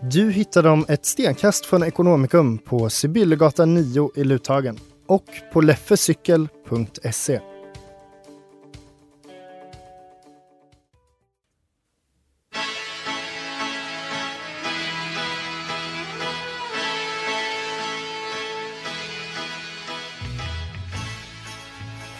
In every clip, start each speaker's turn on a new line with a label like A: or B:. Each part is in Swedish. A: Du hittar dem ett stenkast från Ekonomikum på Sibyllegatan 9 i Luthagen och på leffecykel.se.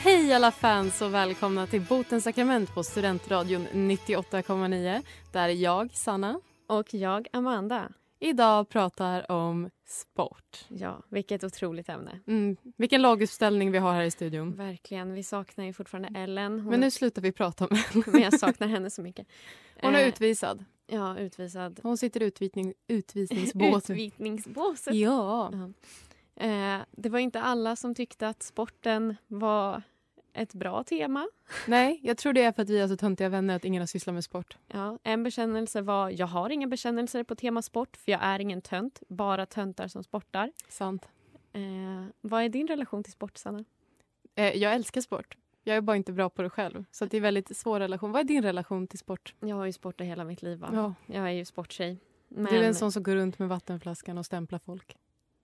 B: Hej alla fans och välkomna till Botens sakrament på Studentradion 98,9 där jag, Sanna,
C: Och jag, Amanda.
B: idag pratar om sport.
C: Ja, vilket otroligt ämne.
B: Mm, vilken laguppställning vi har här i studion.
C: Verkligen. Vi saknar ju fortfarande Ellen. Hon,
B: Men nu slutar vi prata om
C: men jag saknar henne så mycket.
B: Hon är
C: Eh,
B: utvisad.
C: Ja, utvisad.
B: Hon sitter i utvisning, utvisningsbåt.
C: Utvisningsbåset.
B: Ja.
C: Eh, det var inte alla som tyckte att sporten var ett bra tema.
B: Nej, jag tror det är för att vi är så töntiga vänner att ingen har sysslat med sport.
C: Ja, en bekännelse var jag har inga bekännelser på tema sport för jag är ingen tönt, bara töntar som sportar.
B: Sant.
C: Eh, vad är din relation till sport, Sanna?
B: Eh, jag älskar sport. Jag är bara inte bra på det själv. Så att det är väldigt svår relation. Vad är din relation till sport?
C: Jag har ju sportat hela mitt liv. Va?
B: Ja.
C: Jag är ju sporttjej.
B: Du är
C: Men-
B: en sån som går runt med vattenflaskan och stämplar folk.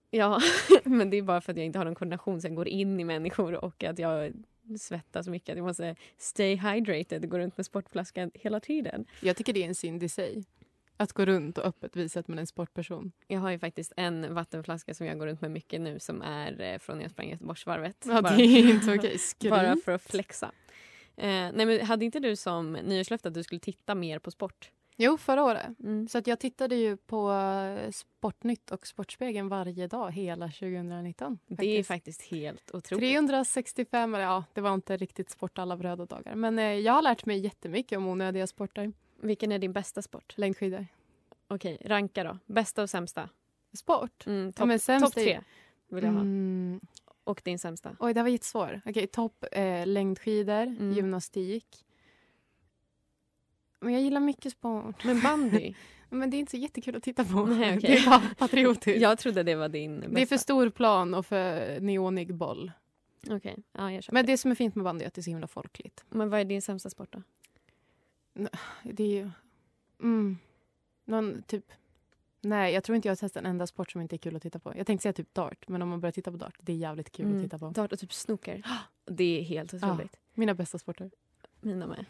C: Ja, men det är bara för att jag inte har någon koordination så jag går in i människor och att jag svettas mycket. Jag måste stay hydrated, gå runt med sportflaskan hela tiden.
B: Jag tycker det är en synd i sig. Att gå runt och öppet visa att man är en sportperson.
C: Jag har ju faktiskt en vattenflaska som jag går runt med mycket nu som är eh, från när jag sprang Göteborgsvarvet.
B: Ja,
C: Bara-
B: det är inte okej. Skryt.
C: bara för att flexa. Eh, nej, men hade inte du som nyårslöfte att du skulle titta mer på sport?
B: Jo, förra året.
C: Mm.
B: Så att jag tittade ju på eh, Sportnytt och Sportspegeln varje dag hela 2019.
C: Det är faktiskt helt otroligt.
B: 365, eller ja, det var inte riktigt sport alla bröda dagar. Men eh, jag har lärt mig jättemycket om onödiga sporter.
C: Vilken är din bästa sport?
B: Längdskidor.
C: Okej, ranka då. Bästa och sämsta.
B: Sport?
C: Mm,
B: Ja,
C: Topp
B: men sämst
C: top
B: är-
C: tre vill jag ha.
B: Mm.
C: Och din sämsta.
B: Oj, det här var jättesvår. Okej, topp eh, längdskidor,
C: Mm.
B: gymnastik. Men jag gillar mycket sport.
C: Men bandy?
B: Men det är inte så jättekul att titta på.
C: Nej, okej.
B: Det är bara patriotiskt.
C: Jag trodde det var din bästa.
B: Det är för stor plan och för neonig boll.
C: Okej, ja, jag köper.
B: Men
C: Men,
B: det som är fint med bandy är att det är så himla folkligt.
C: men vad är din sämsta sport då?
B: Det är ju... Mm. Någon typ... Nej, jag tror inte jag har testat en enda sport som inte är kul att titta på. Jag tänkte säga typ dart, men om man börjar titta på dart, det är jävligt kul
C: Mm.
B: att titta på.
C: Dart och typ snooker. Det är helt otroligt.
B: Mina bästa sporter.
C: Mina med.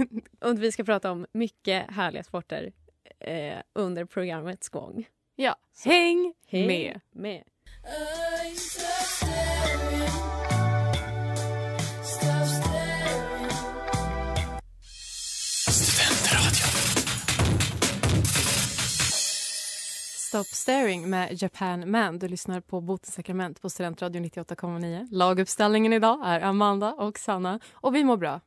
C: och vi ska prata om mycket härliga sporter eh, under programmets gång.
B: Ja,
C: Så-
B: häng
C: Häng
B: med!
C: med.
B: Stop Staring med Japan Man. Du lyssnar på Botens sakrament på Studentradion 98,9. Laguppställningen idag är Amanda och Sanna. Och vi mår bra.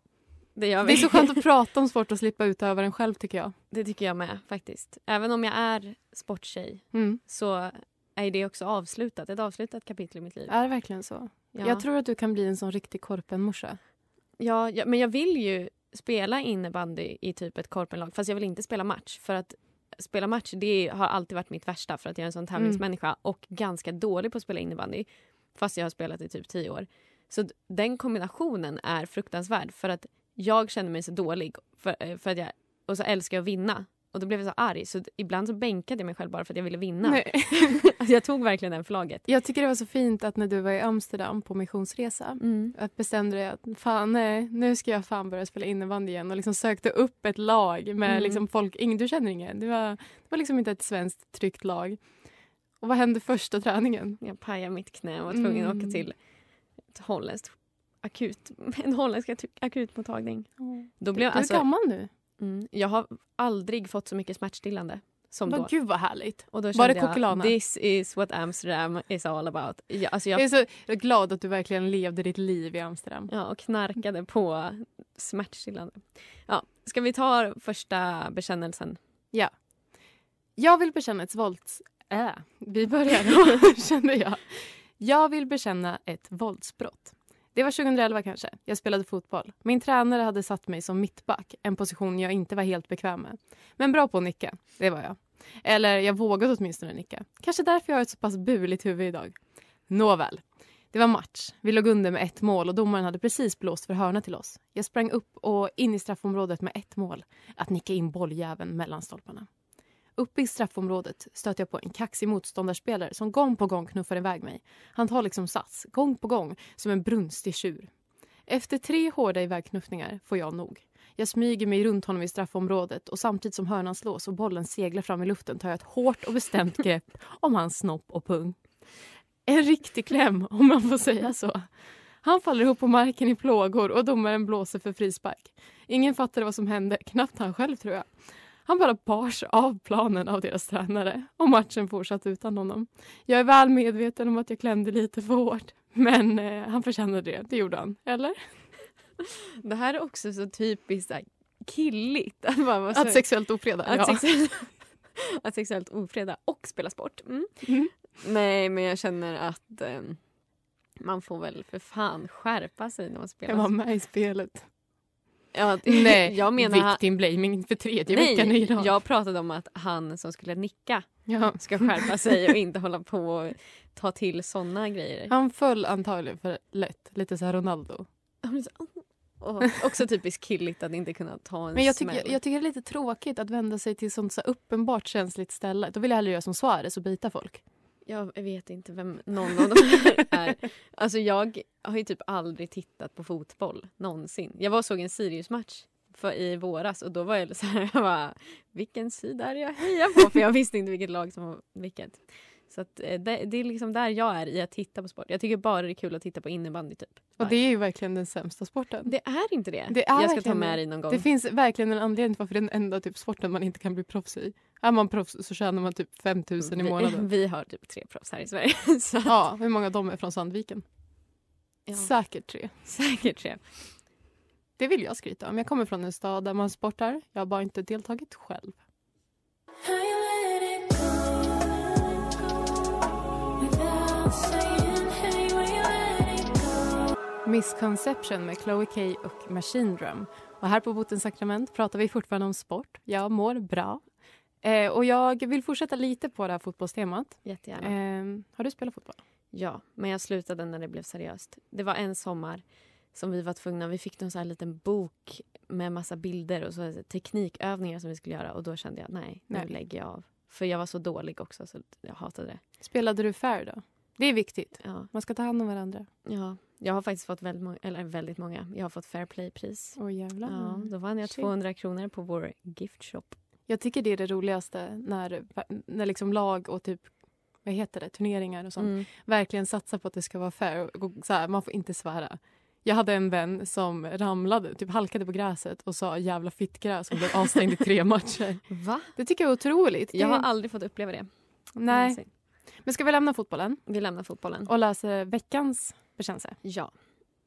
C: Det, gör vi.
B: Det är så skönt att prata om sport och slippa utöva den själv tycker jag.
C: det tycker jag med faktiskt. Även om jag är sporttjej
B: Mm.
C: så är det också avslutat. Ett avslutat kapitel i mitt liv.
B: Är det verkligen så?
C: Ja.
B: Jag tror att du kan bli en sån riktig korpenmorsa.
C: Ja, ja, men jag vill ju spela innebandy i typ ett korpenlag fast jag vill inte spela match för att spela match det har alltid varit mitt värsta för att jag är en sån tävlingsmänniska och ganska dålig på att spela innebandy fast jag har spelat i typ tio år. Så d- den kombinationen är fruktansvärd för att jag känner mig så dålig för, eh, för att jag, och så älskar jag att vinna och då blev jag så arg så d- ibland så bänkade jag mig själv bara för att jag ville vinna.
B: Nej.
C: Alltså jag tog verkligen den för laget.
B: Jag tycker det var så fint att när du var i Amsterdam på missionsresa att bestämde dig att fan, nej, nu ska jag fan börja spela innebandy igen och liksom sökte upp ett lag med
C: Mm.
B: liksom folk, ingen, du känner ingen. Det var, det var liksom inte ett svenskt tryggt lag. Och vad hände första träningen?
C: Jag pajade mitt knä och var tvungen att
B: Mm.
C: åka till ett holländskt akut, en holländsk atu- akutmottagning. Då blev,
B: du är
C: alltså,
B: gammal nu.
C: mm, jag har aldrig fått så mycket smärtstillande som
B: Vad
C: då.
B: gud vad härligt.
C: Och då
B: Var det
C: kände jag,
B: Kokilana?
C: This is what Amsterdam is all about. Jag, alltså
B: Jag
C: jag,
B: är så jag är glad att du verkligen levde ditt liv i Amsterdam.
C: ja, och knarkade på smärtstillande. Ja, ska vi ta första bekännelsen?
B: Jag vill bekänna ett vålds... Äh, vi börjar då, kände jag. Jag vill bekänna ett våldsbrott. Det var 2011 kanske. Jag spelade fotboll. Min tränare hade satt mig som mittback, en position jag inte var helt bekväm med. Men bra på att nicka, det var jag. Eller jag vågade åtminstone nicka. Kanske därför jag har ett så pass buligt huvud idag. Nåväl. Det var match. Vi låg under med ett mål och domaren hade precis blåst för hörna till oss. Jag sprang upp och in i straffområdet med ett mål. Att nicka in bolljäveln mellan stolparna. Uppe i straffområdet stöter jag på en kaxig motståndarspelare som gång på gång knuffar iväg mig. Han tar liksom sats, gång på gång, som en brunstig tjur. Efter tre hårda ivägknuffningar får jag nog. Jag smyger mig runt honom i straffområdet och samtidigt som hörnan slås och bollen seglar fram i luften tar jag ett hårt och bestämt grepp om hans snopp och pung. En riktig kläm, om man får säga så. Han faller ihop på marken i plågor och domaren blåser för frispark. Ingen fattade vad som hände, knappt han själv tror jag. Han bara bars av planen av deras tränare och matchen fortsatte utan honom. Jag är väl medveten om att jag klämde lite för hårt men eh, han förtjänade det. Det gjorde han. Eller?
C: Det här är också så typiskt så här, killigt. Att, bara vara så-
B: Alltså, Att sexuellt ofreda.
C: att,
B: ja.
C: sexuellt, att sexuellt ofreda och spela sport. Mm.
B: Mm.
C: Nej, men jag känner att eh, man får väl för fan skärpa sig när man spelar
B: Jag var med i spelet.
C: Ja, att-
B: Nej,
C: jag menar... han-
B: victim blaming för tredje veckan i
C: Nej,
B: rad.
C: jag pratade om att han som skulle nicka
B: Ja.
C: ska skärpa sig och inte hålla på och ta till såna grejer.
B: Han föll antagligen för lätt. Lite så här Ronaldo.
C: Han blir så, "Åh." Och också typiskt killigt att inte kunna ta en
B: Men jag
C: smäll.
B: tycker, jag tycker det är lite tråkigt att vända sig till sånt så här uppenbart känsligt ställe. Då vill jag hellre göra som Suarez och bita folk.
C: Jag vet inte vem någon av de här är. Alltså jag har ju typ aldrig tittat på fotboll någonsin. Jag var och såg en Sirius-match för, i våras och då var jag så här, jag bara, vilken sida är det jag hejar på? För jag visste inte vilket lag som var vilket. Så att, eh, det, det är liksom där jag är i att titta på sport. Jag tycker bara det är kul att titta på innebandy typ.
B: Och det är ju verkligen den sämsta sporten.
C: Det är inte det.
B: Det är
C: jag ska ta
B: verkligen det.
C: med dig någon gång.
B: Det finns verkligen en anledning till varför det är den enda typ sporten man inte kan bli proffs i. Är man proffs så tjänar man typ 5 000 i månaden.
C: Vi, vi har typ tre proffs här i Sverige. Så,
B: Ja, hur många av dem är från Sandviken?
C: ja,
B: Säkert tre.
C: säkert tre.
B: Det vill jag skryta om. Jag kommer från en stad där man sportar. Jag har bara inte deltagit själv. Misconception med Chloe K och Machine Drum. Och här på Botens sakrament pratar vi fortfarande om sport. Jag mår bra. Eh, och jag vill fortsätta lite på det här fotbollstemat.
C: Jättegärna.
B: Eh, har du spelat fotboll?
C: Ja, men jag slutade när det blev seriöst. Det var en sommar som vi var tvungna, vi fick en sån här liten bok med massa bilder och så teknikövningar som vi skulle göra och då kände jag nej, nu
B: Nej.
C: lägger jag av. För jag var så dålig också så jag hatade det.
B: Spelade du fair då? Det är viktigt.
C: Ja,
B: Man ska ta hand om varandra.
C: ja. Jag har faktiskt fått väldigt många, eller väldigt många, jag har fått Fair Play-pris.
B: Åh jävlar.
C: Ja, då vann jag
B: Shit.
C: 200 kronor på vår giftshop.
B: Jag tycker det är det roligaste när, när liksom lag och typ vad heter det, turneringar och sånt
C: Mm.
B: verkligen satsar på att det ska vara fair. Och så här, man får inte svära. Jag hade en vän som ramlade, typ halkade på gräset och sa jävla fittgräs och blev avstängd i tre matcher.
C: Va?
B: Det tycker jag är otroligt. Det
C: Jag har
B: är-
C: aldrig fått uppleva det.
B: Mm. Nej.
C: någonsin.
B: Men ska vi lämna fotbollen
C: Vi lämnar fotbollen.
B: och läser veckans bekännelse?
C: Ja.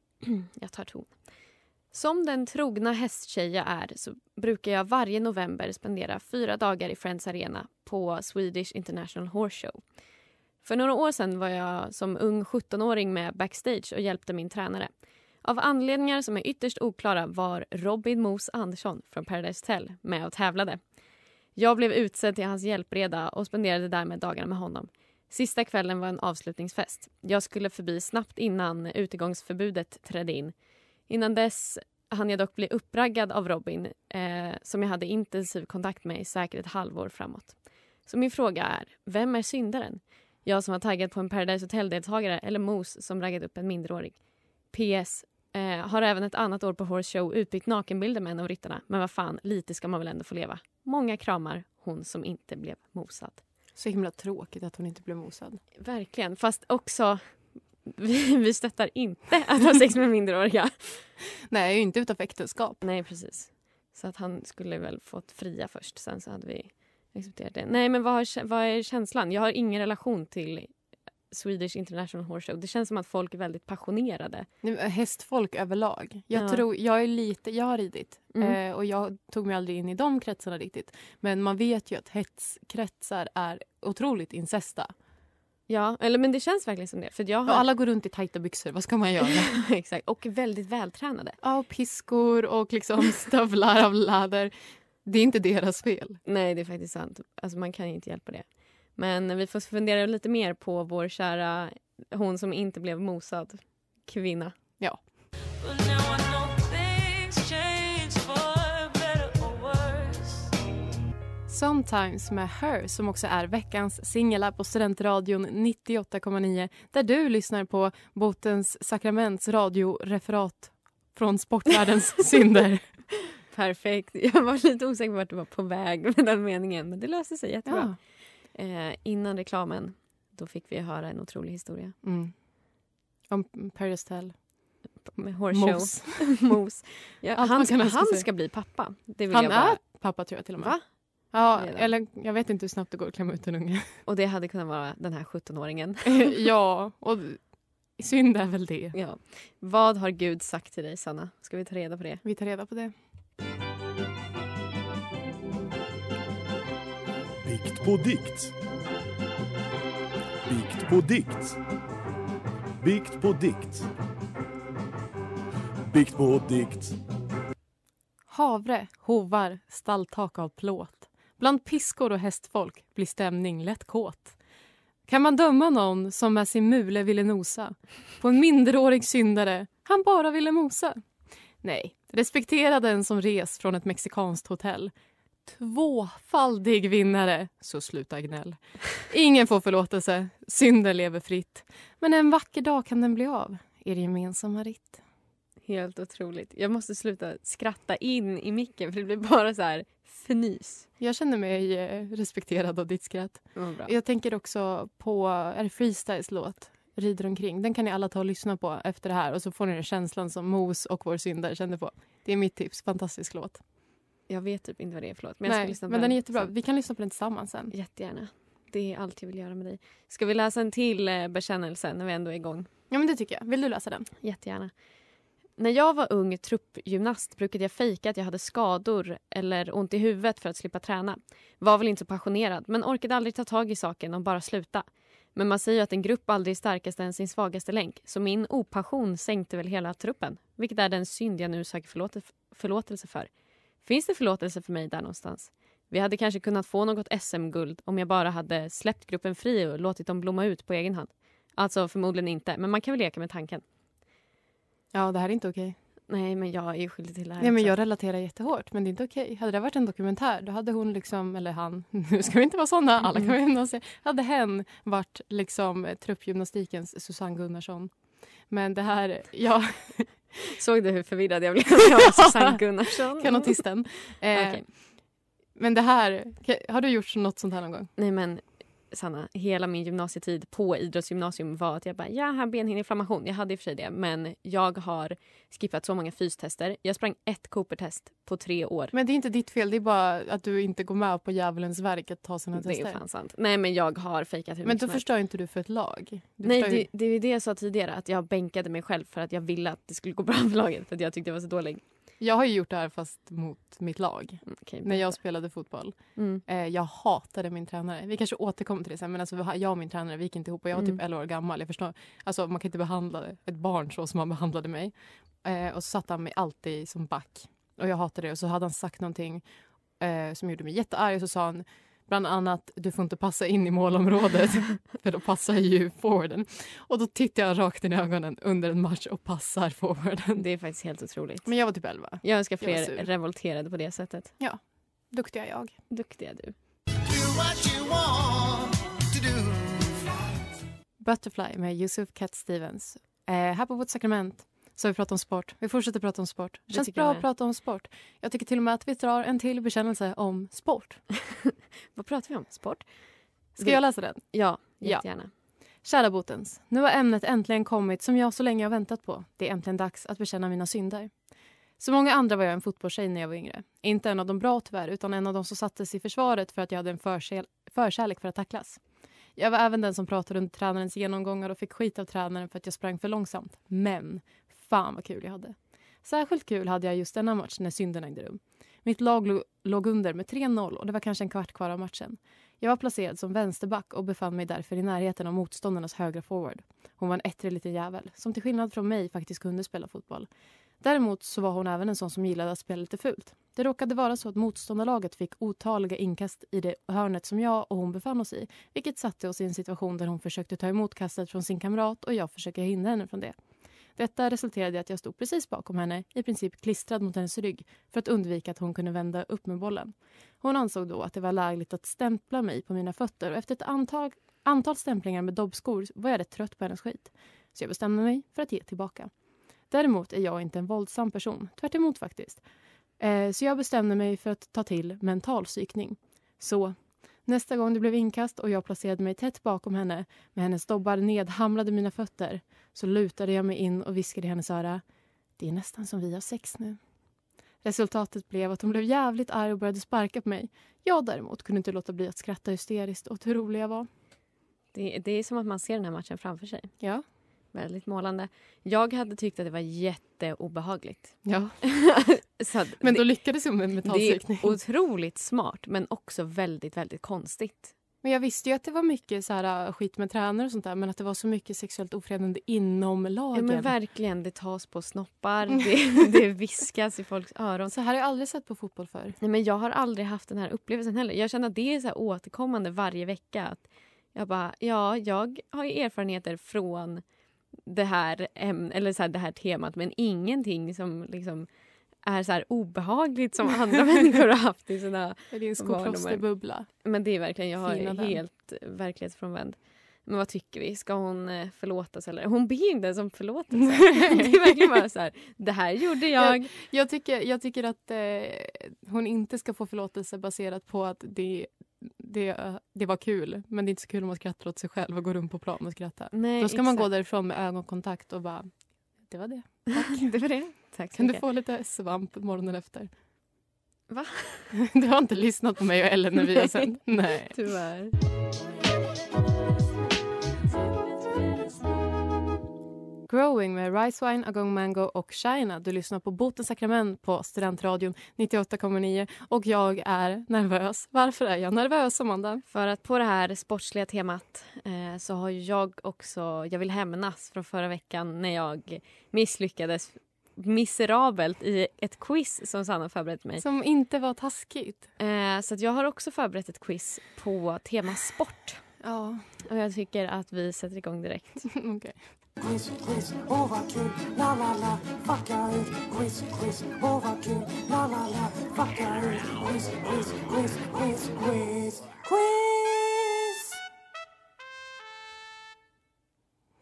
C: Jag tar ton. Som den trogna hästtjej jag är så brukar jag varje november spendera fyra dagar i Friends Arena på Swedish International Horse Show. För några år sedan var jag som ung 17-åring med backstage och hjälpte min tränare. Av anledningar som är ytterst oklara var Robin Moos Andersson från Paradise Hotel med och tävlade. Jag blev utsedd till hans hjälpreda och spenderade därmed dagarna med honom. Sista kvällen var en avslutningsfest. Jag skulle förbi snabbt innan utegångsförbudet trädde in. Innan dess hann jag dock bli uppraggad av Robin eh, som jag hade intensiv kontakt med i säkert ett halvår framåt. Så min fråga är, vem är syndaren? Jag som var taggad på en Paradise Hotel-deltagare eller Mos som raggat upp en minderårig. PS. Eh, har även ett annat år på Horse Show utbytt nakenbilder med en av ryttarna. Men vad fan, lite ska man väl ändå få leva. Många kramar, hon som inte blev mosad.
B: Så himla tråkigt att hon inte blev mosad.
C: Verkligen. Fast också, vi, vi stöttar inte att ha sex med minderåriga.
B: Nej, inte utanför äktenskap.
C: Nej, precis. Så att han skulle väl fått fria först, sen så hade vi accepterat det. Nej, men vad, har, vad är känslan? Jag har ingen relation till Swedish International Horse Show. Det känns som att folk är väldigt passionerade.
B: Nej, men eh, Hästfolk överlag. Jag,
C: Ja.
B: tror, jag, är lite, jag har ridit
C: Mm.
B: eh, och jag tog mig aldrig in i de kretsarna riktigt. Men man vet ju att hetskretsar är otroligt incesta.
C: Ja, eller men det känns verkligen som det. För jag
B: Och
C: har...
B: alla går runt i tajta byxor, vad ska man göra?
C: Exakt. Och väldigt vältränade.
B: ja, och piskor och liksom stövlar av läder. Det är inte deras fel.
C: Nej, det är faktiskt sant. Alltså, man kan ju inte hjälpa det. Men vi får fundera lite mer på vår kära, hon som inte blev mosad, kvinna.
B: Sometimes med Her som också är veckans singel här på Studentradion 98,9 där du lyssnar på Botens sakraments radioreferat från sportvärldens synder.
C: Perfekt. Jag var lite osäker på vart du var på väg med den meningen, men det löste sig jättebra.
B: Ja.
C: Eh, innan reklamen, då fick vi höra en otrolig historia
B: Mm. Om Paradise Tell.
C: med Horseshow.
B: Mos.
C: Mos. Ja,
B: Allt
C: han
B: man kan önska
C: han
B: sig.
C: ska bli pappa. Det vill
B: Han
C: jag bara.
B: är pappa tror jag till och med.
C: Va?
B: Ja,
C: Redan.
B: eller jag vet inte hur snabbt det går att klämma ut en unge.
C: Och det hade kunnat vara den här 17-åringen.
B: ja, och synd är väl det.
C: ja. Vad har Gud sagt till dig, Sanna? Ska vi ta reda på det?
B: Vi tar reda på det.
D: Bikt på dikt. Bikt på dikt. Bikt på dikt. Bikt på dikt.
B: Havre, hovar, stalltak av plåt. Bland piskor och hästfolk blir stämning lätt kåt. Kan man döma någon som med sin mule ville nosa på en minderårig syndare han bara ville mosa? Nej, respektera den som res från ett mexikanskt hotell. Tvåfaldig vinnare, så sluta gnäll. Ingen får förlåtelse, synden lever fritt. Men en vacker dag kan den bli av, er gemensamma ritt.
C: Helt otroligt. Jag måste sluta skratta in i micken för det blir bara så här fnys.
B: Jag känner mig eh, respekterad av ditt skratt. Jag tänker också på är det Freestyles låt Rider omkring. Den kan ni alla ta och lyssna på efter det här och så får ni den känslan som Mos och vår syndare kände på. Det är mitt tips. Fantastisk låt.
C: Jag vet typ inte vad det är, förlåt. Men, jag
B: Nej,
C: ska lyssna på
B: men den är jättebra.
C: sen.
B: Vi kan lyssna på den tillsammans sen.
C: Jättegärna. Det är allt jag vill göra med dig. Ska vi läsa en till eh, bekännelse när vi ändå är igång?
B: Ja, men det tycker jag. Vill du läsa den?
C: Jättegärna. När jag var ung truppgymnast brukade jag fejka att jag hade skador eller ont i huvudet för att slippa träna. Var väl inte så passionerad, men orkade aldrig ta tag i saken och bara sluta. Men man säger ju att en grupp aldrig är starkast än sin svagaste länk, så min opassion sänkte väl hela truppen. Vilket är den synd jag nu söker förlåte- förlåtelse för. Finns det förlåtelse för mig där någonstans? Vi hade kanske kunnat få något SM-guld om jag bara hade släppt gruppen fri och låtit dem blomma ut på egen hand. Alltså förmodligen inte, men man kan väl leka med tanken.
B: Ja, det här är inte okej.
C: Nej, men jag är ju skyldig till det här.
B: Nej, men
C: också.
B: jag relaterar jättehårt, men det är inte okej. Hade det varit en dokumentär, då hade hon liksom, eller han, nu ska vi inte vara såna, alla kan vi sig. Hade hen varit liksom eh, truppgymnastikens Susanne Gunnarsson. Men det här, ja,
C: Såg du hur förvirrad jag blev? Jag var Susanne Gunnarsson.
B: kanotisten. Eh,
C: Okej.
B: Men det här, ka- har du gjort något sånt här någon gång?
C: Nej, men Sanna, hela min gymnasietid på idrottsgymnasium var att jag bara, jag har benhinneinflammation. Jag hade i och för sig det, men jag har skippat så många fystester. Jag sprang ett Cooper-test på tre år.
B: Men det är inte ditt fel, det är bara att du inte går med på djävulens verk att ta sina
C: Det är
B: tester.
C: fan sant. Nej, men jag har fejkat hur
B: Men
C: mycket
B: då
C: som helst.
B: förstör inte du för ett lag. Du
C: Nej,
B: förstör ju-
C: det, det är ju det jag sa tidigare, att jag bänkade mig själv för att jag ville att det skulle gå bra för laget, för att jag tyckte jag var så dålig.
B: Jag har ju gjort det här fast mot mitt lag,
C: Mm, okej,
B: när jag
C: berätta.
B: spelade fotboll.
C: Mm.
B: Eh, jag hatade min tränare. Vi kanske återkommer till det sen. Men alltså, vi- jag och min tränare vi gick inte ihop. Och jag var
C: Mm.
B: typ 11 år gammal. Jag förstår. Alltså, man kan inte behandla ett barn så som han behandlade mig. Eh, och så satte han mig alltid som back. Och jag hatade det. Och så hade han sagt någonting eh, som gjorde mig jättearg. Och så sa han bland annat du får inte passa in i målområdet. för då passar ju forwarden. Och då tittar jag rakt in i ögonen under en match och passar forwarden.
C: Det är faktiskt helt otroligt.
B: Men jag var typ 11.
C: Jag önskar
B: Jag var
C: fler
B: sur.
C: revolterade på det sättet.
B: Duktiga jag.
C: Duktiga du.
B: Butterfly med Yusuf Cat Stevens. Eh, här på vårt sakrament så har vi pratat om sport. Vi fortsätter prata om sport. Det känns
C: tycker jag
B: bra
C: med.
B: att prata om sport. Jag tycker till och med att vi drar en till bekännelse om sport.
C: Vad pratar vi om? Sport?
B: Ska jag läsa den?
C: Ja,
B: Ja.
C: jättegärna.
B: Kära botens, nu har ämnet äntligen kommit som jag så länge har väntat på. Det är äntligen dags att bekänna mina synder. Som många andra var jag en fotbollstjej när jag var yngre. Inte en av de bra tyvärr, utan en av de som sattes i försvaret för att jag hade en förkäl- förkärlek för att tacklas. Jag var även den som pratade under tränarens genomgångar och fick skit av tränaren för att jag sprang för långsamt. Men, fan vad kul jag hade. Särskilt kul hade jag just denna match när synden ägde rum. Mitt lag lo- låg under med 3-0 och det var kanske en kvart kvar av matchen. Jag var placerad som vänsterback och befann mig därför i närheten av motståndarnas högra forward. Hon var en ettrig liten jävel som till skillnad från mig faktiskt kunde spela fotboll. Däremot så var hon även en sån som gillade att spela lite fult. Det råkade vara så att motståndarlaget fick otaliga inkast i det hörnet som jag och hon befann oss i vilket satte oss i en situation där hon försökte ta emot kastet från sin kamrat och jag försöker hindra henne från det. Detta resulterade i att jag stod precis bakom henne, i princip klistrad mot hennes rygg för att undvika att hon kunde vända upp med bollen. Hon ansåg då att det var lägligt att stämpla mig på mina fötter och efter ett antag, antal stämplingar med dobbskor var jag rätt trött på hennes skit. Så jag bestämde mig för att ge tillbaka. Däremot är jag inte en våldsam person, tvärt emot faktiskt. Eh, så jag bestämde mig för att ta till mental psykning. Så nästa gång det blev inkast och jag placerade mig tätt bakom henne med hennes dobbar nedhamlade mina fötter så lutade jag mig in och viskade i hennes öra. Det är nästan som vi har sex nu. Resultatet blev att hon blev jävligt arg och började sparka på mig. Jag däremot kunde inte låta bli att skratta hysteriskt åt hur rolig jag var.
C: Det, det är som att man ser den här matchen framför sig.
B: Ja.
C: Väldigt målande. Jag hade tyckt att det var jätteobehagligt.
B: ja.
C: Så att
B: Men då
C: det,
B: lyckades hon med
C: det
B: mentalpsykning.
C: är otroligt smart, men också väldigt, väldigt konstigt.
B: Men jag visste ju att det var mycket så här, äh, skit med tränare och sånt där men att det var så mycket sexuellt ofredande inom
C: Ja,
B: lagen.
C: men verkligen, det tas på snoppar,
B: Mm.
C: det, det viskas i folks öron.
B: så här har jag aldrig sett på fotboll förr.
C: Nej, men jag har aldrig haft den här upplevelsen heller. Jag känner att det är så här återkommande varje vecka. Att jag bara, ja, jag har ju erfarenheter från det här, äm- eller så här, det här temat men ingenting som liksom är så här obehagligt som andra människor har haft i sina...
B: Det är en
C: Barndomar.
B: skoprosterbubbla.
C: Men det är verkligen, jag har
B: Fina vän.
C: helt verklighetsfrånvänd. Men vad tycker vi? Ska hon eh, förlåtas eller? Hon ber inte ens om förlåtelse. det är verkligen bara så här, det här gjorde jag.
B: Jag tycker, jag tycker att eh, hon inte ska få förlåtelse baserat på att det, det, det var kul men det är inte så kul om man skrattar åt sig själv och går runt på plan och skrattar.
C: Nej,
B: Då ska man
C: exakt.
B: gå därifrån med ögonkontakt och bara, det var det.
C: Tack. det var det. Tack så
B: Kan du
C: mycket.
B: få lite svamp morgonen efter?
C: Va?
B: Du har inte lyssnat på mig och Ellen när vi har sänt? Nej.
C: Tyvärr.
B: Growing med Rice Wine, Agong Mango och China. Du lyssnar på Botens sakrament på Studentradion 98,9 och jag är nervös. Varför är jag nervös, Amanda?
C: För att på det här sportsliga temat eh, så har ju jag också Jag vill hämnas från förra veckan när jag misslyckades miserabelt i ett quiz som Sanna förberett mig.
B: Som inte var taskigt.
C: Eh, så att jag har också förberett ett quiz på tema sport.
B: Ja,
C: Och jag tycker att vi sätter igång direkt.
B: okej.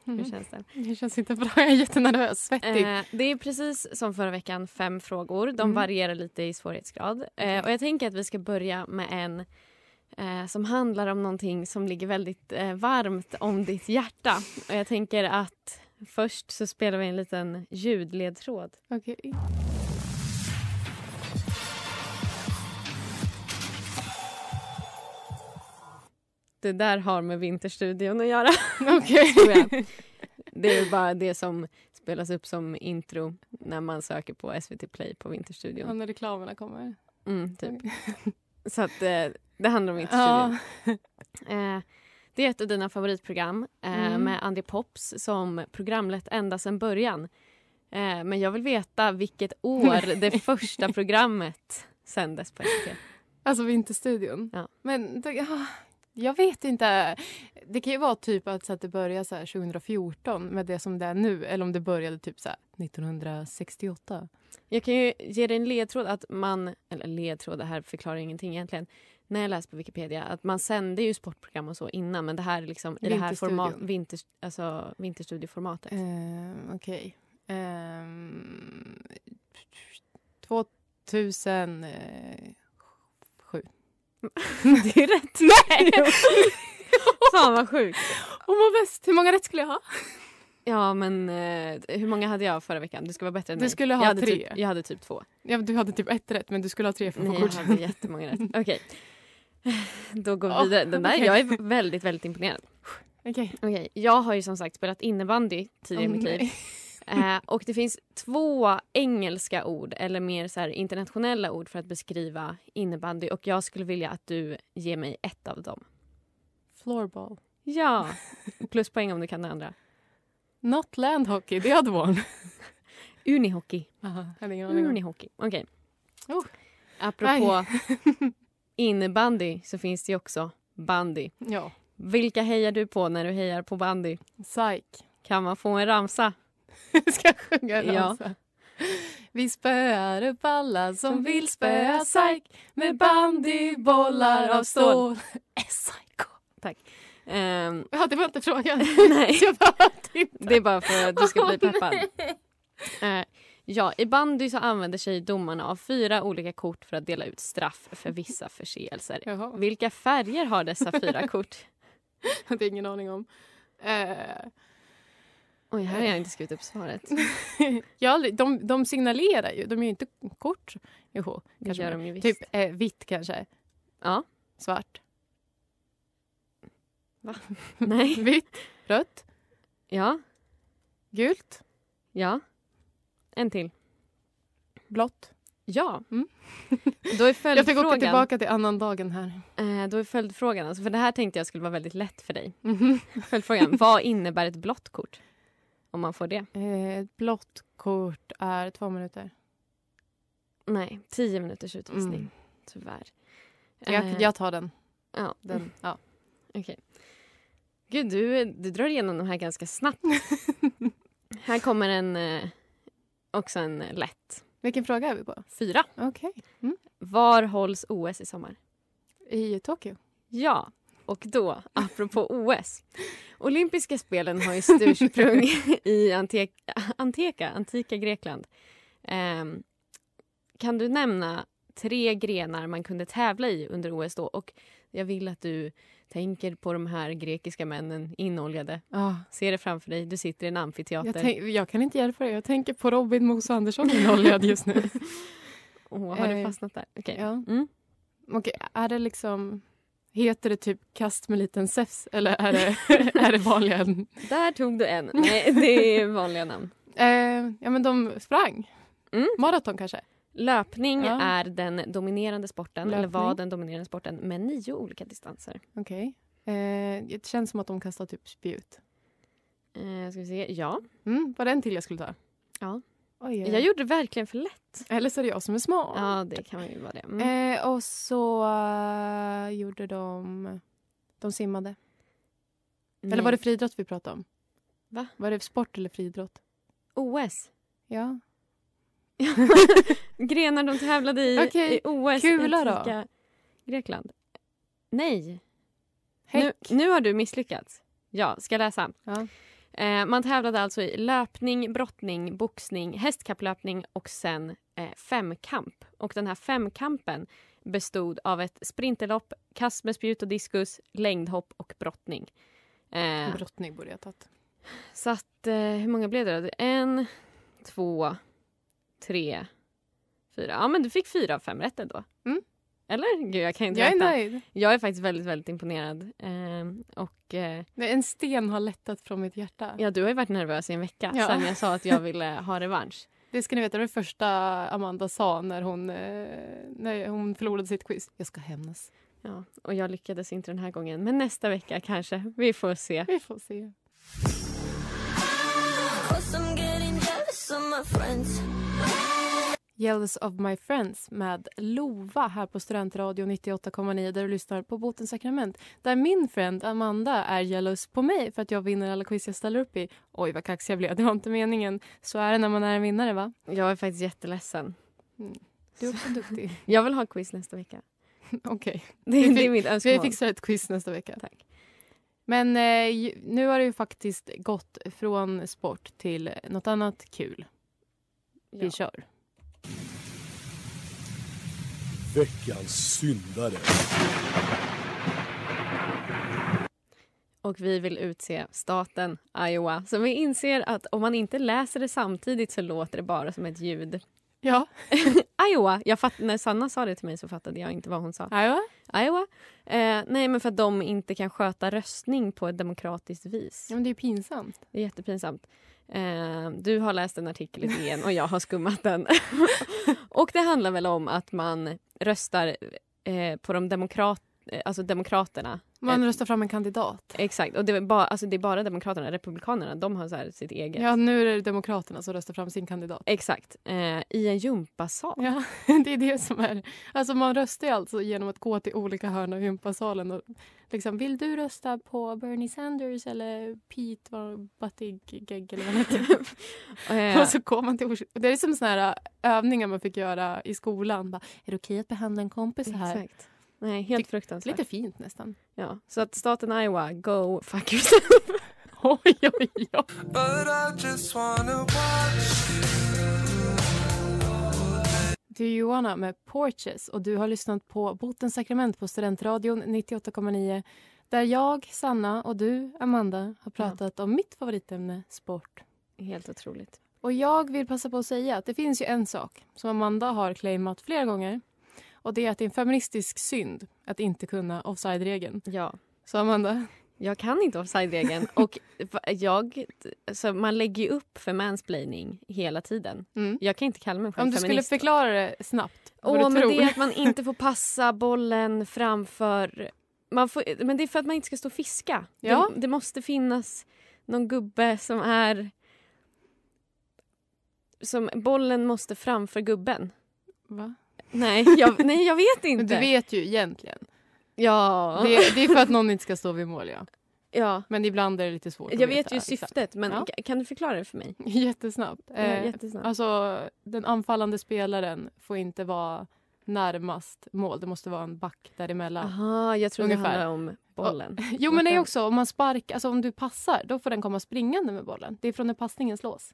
C: Hur känns det?
B: Det känns inte bra. Jag är jättenervös. Svettig.
C: Eh, det är precis som förra veckan, fem frågor. De varierar lite i svårighetsgrad. Eh, och jag tänker att vi ska börja med en eh, som handlar om någonting som ligger väldigt eh, varmt om ditt hjärta. Och jag tänker att först så spelar vi en liten ljudledtråd.
B: Okej.
C: Det där har med Vinterstudion att göra.
B: Okej.
C: tror jag. Det är bara det som spelas upp som intro när man söker på SVT Play på
B: Ja,
C: Vinterstudion.
B: när reklamerna kommer.
C: Mm, typ. Så att, eh, det handlar om Vinterstudion.
B: Ja.
C: Eh, det är ett av dina favoritprogram eh,
B: Mm.
C: med Andy Pops som programlett ända sedan början. Eh, men jag vill veta vilket år det första programmet sändes på SVT.
B: Alltså Vinterstudion.
C: Ja.
B: Men då, ja, jag vet inte. Det kan ju vara typ att, så att det börjar så här 2014 med det som det är nu. Eller om det började typ så här 1968.
C: Jag kan ju ge dig en ledtråd att man, eller ledtråd, det här förklarar ingenting egentligen. När jag läste på Wikipedia att man sände ju sportprogram och så innan men det här är liksom i det här
B: Vinterstudion.
C: format, vinter, alltså vinterstudieformatet.
B: Ehm, Okej. Ehm, 2007. eh,
C: Det är rätt. Nej! Fan vad sjukt.
B: Och må bäst. Hur många rätt skulle jag ha?
C: Ja men eh, hur många hade jag förra veckan? Du ska vara bättre än
B: Du
C: mig.
B: skulle
C: jag
B: ha
C: hade
B: tre.
C: Typ, jag hade typ två.
B: Ja, du hade typ ett rätt men du skulle ha tre för att
C: Nej,
B: få
C: jag
B: godkänt.
C: hade jättemånga rätt. Okej. Då går
B: Åh,
C: vi vidare. Den där,
B: okej.
C: Jag är väldigt, väldigt imponerad.
B: Okej.
C: Okej, Jag har ju som sagt spelat innebandy tidigare i
B: Åh,
C: mitt liv.
B: nej.
C: Eh, och det finns två engelska ord eller mer så här internationella ord för att beskriva innebandy och jag skulle vilja att du ger mig ett av dem.
B: Floorball.
C: Ja, pluspoäng om du kan det andra.
B: Not land hockey, the other one.
C: Unihockey.
B: Aha, Mm, jag hade ingen aning om.
C: Unihockey. Okej.
B: Oh.
C: Apropå innebandy så finns det ju också bandy.
B: Ja.
C: Vilka hejar du på när du hejar på bandy?
B: Psyk.
C: Kan man få en ramsa?
B: Ska jag sjunga en
C: Ja.
B: ramsa? Vi spöar upp alla som vill spöa psyk med bandybollar av stål. SIK.
C: Ehm,
B: Ja, det var inte frågan.
C: nej,
B: Jag bara tittade.
C: det är bara för att du ska bli peppad. Eh, ja, i bandy så använder sig domarna av fyra olika kort för att dela ut straff för vissa förseelser.
B: Jaha,
C: Vilka färger har dessa fyra kort?
B: det hade jag ingen aning om. Eh,
C: Oj, här har jag inte skrivit upp svaret.
B: jag har aldrig, de, de signalerar ju, de är ju inte kort. Joho,
C: Det
B: kanske
C: gör
B: de
C: de ju visst.
B: Typ eh, vitt kanske,
C: Ja,
B: svart,
C: nej,
B: vitt, rött,
C: ja,
B: gult,
C: ja. En till.
B: blått.
C: Ja.
B: Mm.
C: Då är
B: Jag fick åka
C: följdfrågan,
B: tillbaka till annan dagen här.
C: eh, då är följdfrågan alltså, för det här tänkte jag skulle vara väldigt lätt för dig.
B: Mhm.
C: Följdfrågan, vad innebär ett blått kort? Om man får det?
B: Eh, Ett blått kort är två minuter.
C: Nej, tio minuters utvisning.
B: Mm.
C: Tyvärr. Eh,
B: Jag, jag tar den.
C: ja,
B: den. Ja.
C: Okej. Gud, du, du drar igenom de här ganska snabbt. här kommer en, eh, också en eh, lätt.
B: Vilken fråga är vi på?
C: Fyra.
B: Okej.
C: Var hålls OS i sommar?
B: I Tokyo.
C: Ja, och då, apropå OS. Olympiska spelen har ju stursprung i Ante- Anteka, antika Grekland. Ehm, kan du nämna tre grenar man kunde tävla i under OS då? Och jag vill att du tänker på de här grekiska männen, inoljade.
B: Ah,
C: Ser det framför dig, du sitter i en amfiteater.
B: jag, tänk, jag kan inte hjälpa dig. Jag tänker på Robin Mose Andersson inoljad just nu.
C: Åh, har du
B: eh,
C: fastnat där? Okej.
B: ja.
C: Mm.
B: Okej, är det liksom... Heter det typ kast med liten sefs eller är det, är det vanliga?
C: Där tog du en. Nej, det är vanliga namn.
B: Eh, ja, men de sprang.
C: Mm.
B: Maraton kanske?
C: Löpning
B: Ja.
C: är den dominerande sporten, eller var
B: Löpning.
C: den dominerande sporten, med nio olika distanser.
B: Okej. Eh, det känns som att de kastar typ spjut.
C: Eh, ska vi se. Ja.
B: Mm, var det en till jag skulle ta?
C: Ja.
B: Oj, oj,
C: Jag
B: oj.
C: gjorde det verkligen för lätt.
B: Eller så är det jag som är smart.
C: Ja, det kan ju vara det. Mm.
B: Eh, och så eh, gjorde de... De simmade. Eller var det
C: Nej.
B: friidrott vi pratade om?
C: Mm. Va?
B: Var det sport eller friidrott?
C: OS?
B: Ja.
C: Grenar de tävlade i,
B: Okej.
C: i OS
B: Kula
C: i
B: då?
C: antika Grekland. Nej. Nu,
B: Häck.
C: nu har du misslyckats. Ja, ska jag läsa.
B: Ja.
C: Eh, man tävlade alltså i löpning, brottning, boxning, hästkapplöpning och sen eh, femkamp. Och den här femkampen bestod av ett sprinterlopp, kast med spjut och diskus, längdhopp och brottning. Eh,
B: Brottning borde jag ha tagit.
C: så att, eh, hur många blev det då? En, två, tre, fyra. Ja, men du fick fyra av fem rätt ändå.
B: Mm.
C: Eller? Gud, jag kan inte
B: Jag är
C: räkna.
B: nöjd.
C: Jag är faktiskt väldigt, väldigt imponerad. Eh, och eh,
B: Nej, En sten har lättat från mitt hjärta.
C: ja, du har ju varit nervös i en vecka
B: Ja.
C: sen jag sa att jag ville ha revansch.
B: Det ska ni veta, det var det första Amanda sa när hon, eh, när hon förlorade sitt quiz. Jag ska hämnas.
C: Ja, och jag lyckades inte den här gången, men nästa vecka kanske. Vi får se.
B: Vi får se. Jealous of my friends med Lova här på Studentradio 98,9 där du lyssnar på Botens sakrament. Där min friend Amanda är jealous på mig för att jag vinner alla quiz jag ställer upp i. Oj, vad kaxig jag blev. Det var inte meningen. Så är det när man är en vinnare, va?
C: Jag är faktiskt jätteledsen.
B: Du är också duktig.
C: Jag vill ha quiz nästa vecka.
B: Okej.
C: Det,
B: Vi
C: det är
B: fick-
C: mitt
B: Vi
C: önskemål.
B: fixar ett quiz nästa vecka.
C: Tack.
B: Men eh, ju- nu har det ju faktiskt gått från sport till något annat kul. Vi
C: Ja.
B: kör.
D: Veckans syndare.
C: och vi vill utse staten Iowa. Så vi inser att om man inte läser det samtidigt så låter det bara som ett ljud.
B: Ja.
C: Iowa! Jag fatt, när Sanna sa det till mig så fattade jag inte vad hon sa.
B: Iowa?
C: Iowa? Eh, nej, men för att de inte kan sköta röstning på ett demokratiskt vis.
B: Ja, men det är ju pinsamt.
C: Det är jättepinsamt. Eh, du har läst en artikel i DN och jag har skummat den. och det handlar väl om att man röstar eh, på de demokrat, eh, alltså demokraterna.
B: Man
C: Eh,
B: röstar fram en kandidat.
C: Exakt. Och det är, bara, alltså det är bara demokraterna. Republikanerna, de har så här sitt eget.
B: Ja, nu är det Demokraterna som röstar fram sin kandidat.
C: Exakt. Eh, I en gympasal.
B: Ja, det är det som är... Alltså man röstar ju alltså genom att gå till olika hörn av gympasalen och liksom, vill du rösta på Bernie Sanders eller Pete vad- Buttigieg eller vad han heter?
C: Eh,
B: Och så går man till ors- Det är som såna här äh, övningar man fick göra i skolan. Bara, är det okej att behandla en kompis så här?
C: Exakt. Nej, helt
B: Det är
C: fruktansvärt.
B: Lite fint nästan.
C: Ja. Så att staten Iowa, go fuck yourself.
B: Oj, oj, oj. Du är Johanna med Porches och du har lyssnat på Botens sakrament på Studentradion 98,9 där jag, Sanna och du, Amanda, har pratat om mitt favoritämne, sport.
C: Helt otroligt.
B: Och jag vill passa på att säga att det finns ju en sak som Amanda har claimat flera gånger och det är att det är en feministisk synd att inte kunna offside-regeln.
C: Ja.
B: Så Amanda,
C: Jag kan inte offside-regeln. Och va- jag, så man lägger ju upp för mansplaining hela tiden.
B: Mm.
C: Jag kan inte kalla mig själv
B: om du skulle
C: feminist.
B: förklara det snabbt, vad
C: Åh,
B: du
C: men
B: tror.
C: det är att man inte får passa bollen framför... Man får, men det är för att man inte ska stå och fiska.
B: Ja.
C: Det, det måste finnas någon gubbe som är... Som, bollen måste framför gubben.
B: Va?
C: Nej, jag, nej, jag vet inte.
B: Men du vet ju egentligen.
C: Ja.
B: Det, det är för att någon inte ska stå vid mål, ja.
C: ja.
B: Men ibland är det lite svårt att
C: Jag vet
B: veta,
C: ju
B: exakt.
C: syftet, men
B: Ja.
C: ka- kan du förklara det för mig?
B: Jättesnabbt.
C: Ja,
B: Eh,
C: jättesnabbt.
B: alltså, den anfallande spelaren får inte vara närmast mål. Det måste vara en back däremellan.
C: Aha, jag tror det
B: Ungefär. eh,
C: handlar om bollen.
B: Jo, men det är också om man sparkar, alltså om du passar, då får den komma springande med bollen. Det är från när passningen slås.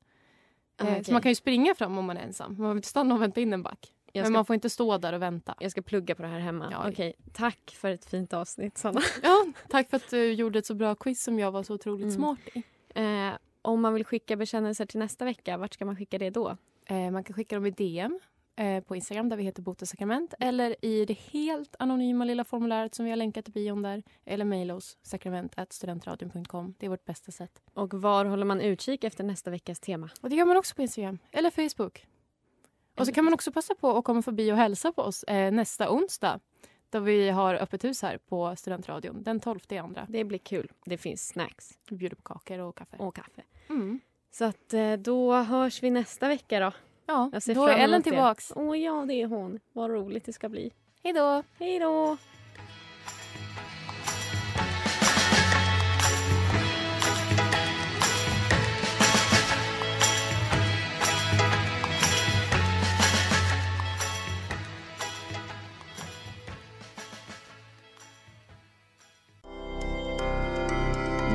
C: Ah,
B: Eh,
C: okej.
B: Så man kan ju springa fram om man är ensam. Man behöver inte stanna och vänta in en back.
C: jag,
B: Men
C: ska,
B: man får inte stå där och vänta.
C: jag ska plugga på det här hemma.
B: Ja.
C: Okej, tack för ett fint avsnitt, Sanna.
B: Ja, tack för att du gjorde ett så bra quiz som jag var så otroligt
C: Mm.
B: smart i.
C: Eh, om man vill skicka bekännelser till nästa vecka, vart ska man skicka det då?
B: Eh, man kan skicka dem i DM eh, på Instagram där vi heter Botesakrament eller i det helt anonyma lilla formuläret som vi har länkat i bion där eller mejla oss sakrament.studentradion.com. Det är vårt bästa sätt.
C: Och var håller man utkik efter nästa veckas tema?
B: Och det gör man också på Instagram eller Facebook. Och så kan man också passa på att komma förbi och hälsa på oss eh, nästa onsdag då vi har öppet hus här på Studentradion den 12 i andra.
C: Det blir kul. Det finns snacks
B: Vi bjuder på kakor och kaffe.
C: och kaffe.
B: Mm.
C: Så att, eh, då hörs vi nästa vecka då.
B: Ja,
C: Jag ser
B: då
C: fram
B: är
C: emot
B: Ellen
C: det.
B: tillbaks.
C: Åh ja, det är hon. Vad roligt det ska bli.
B: Hej då!
C: Hej då!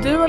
E: Du har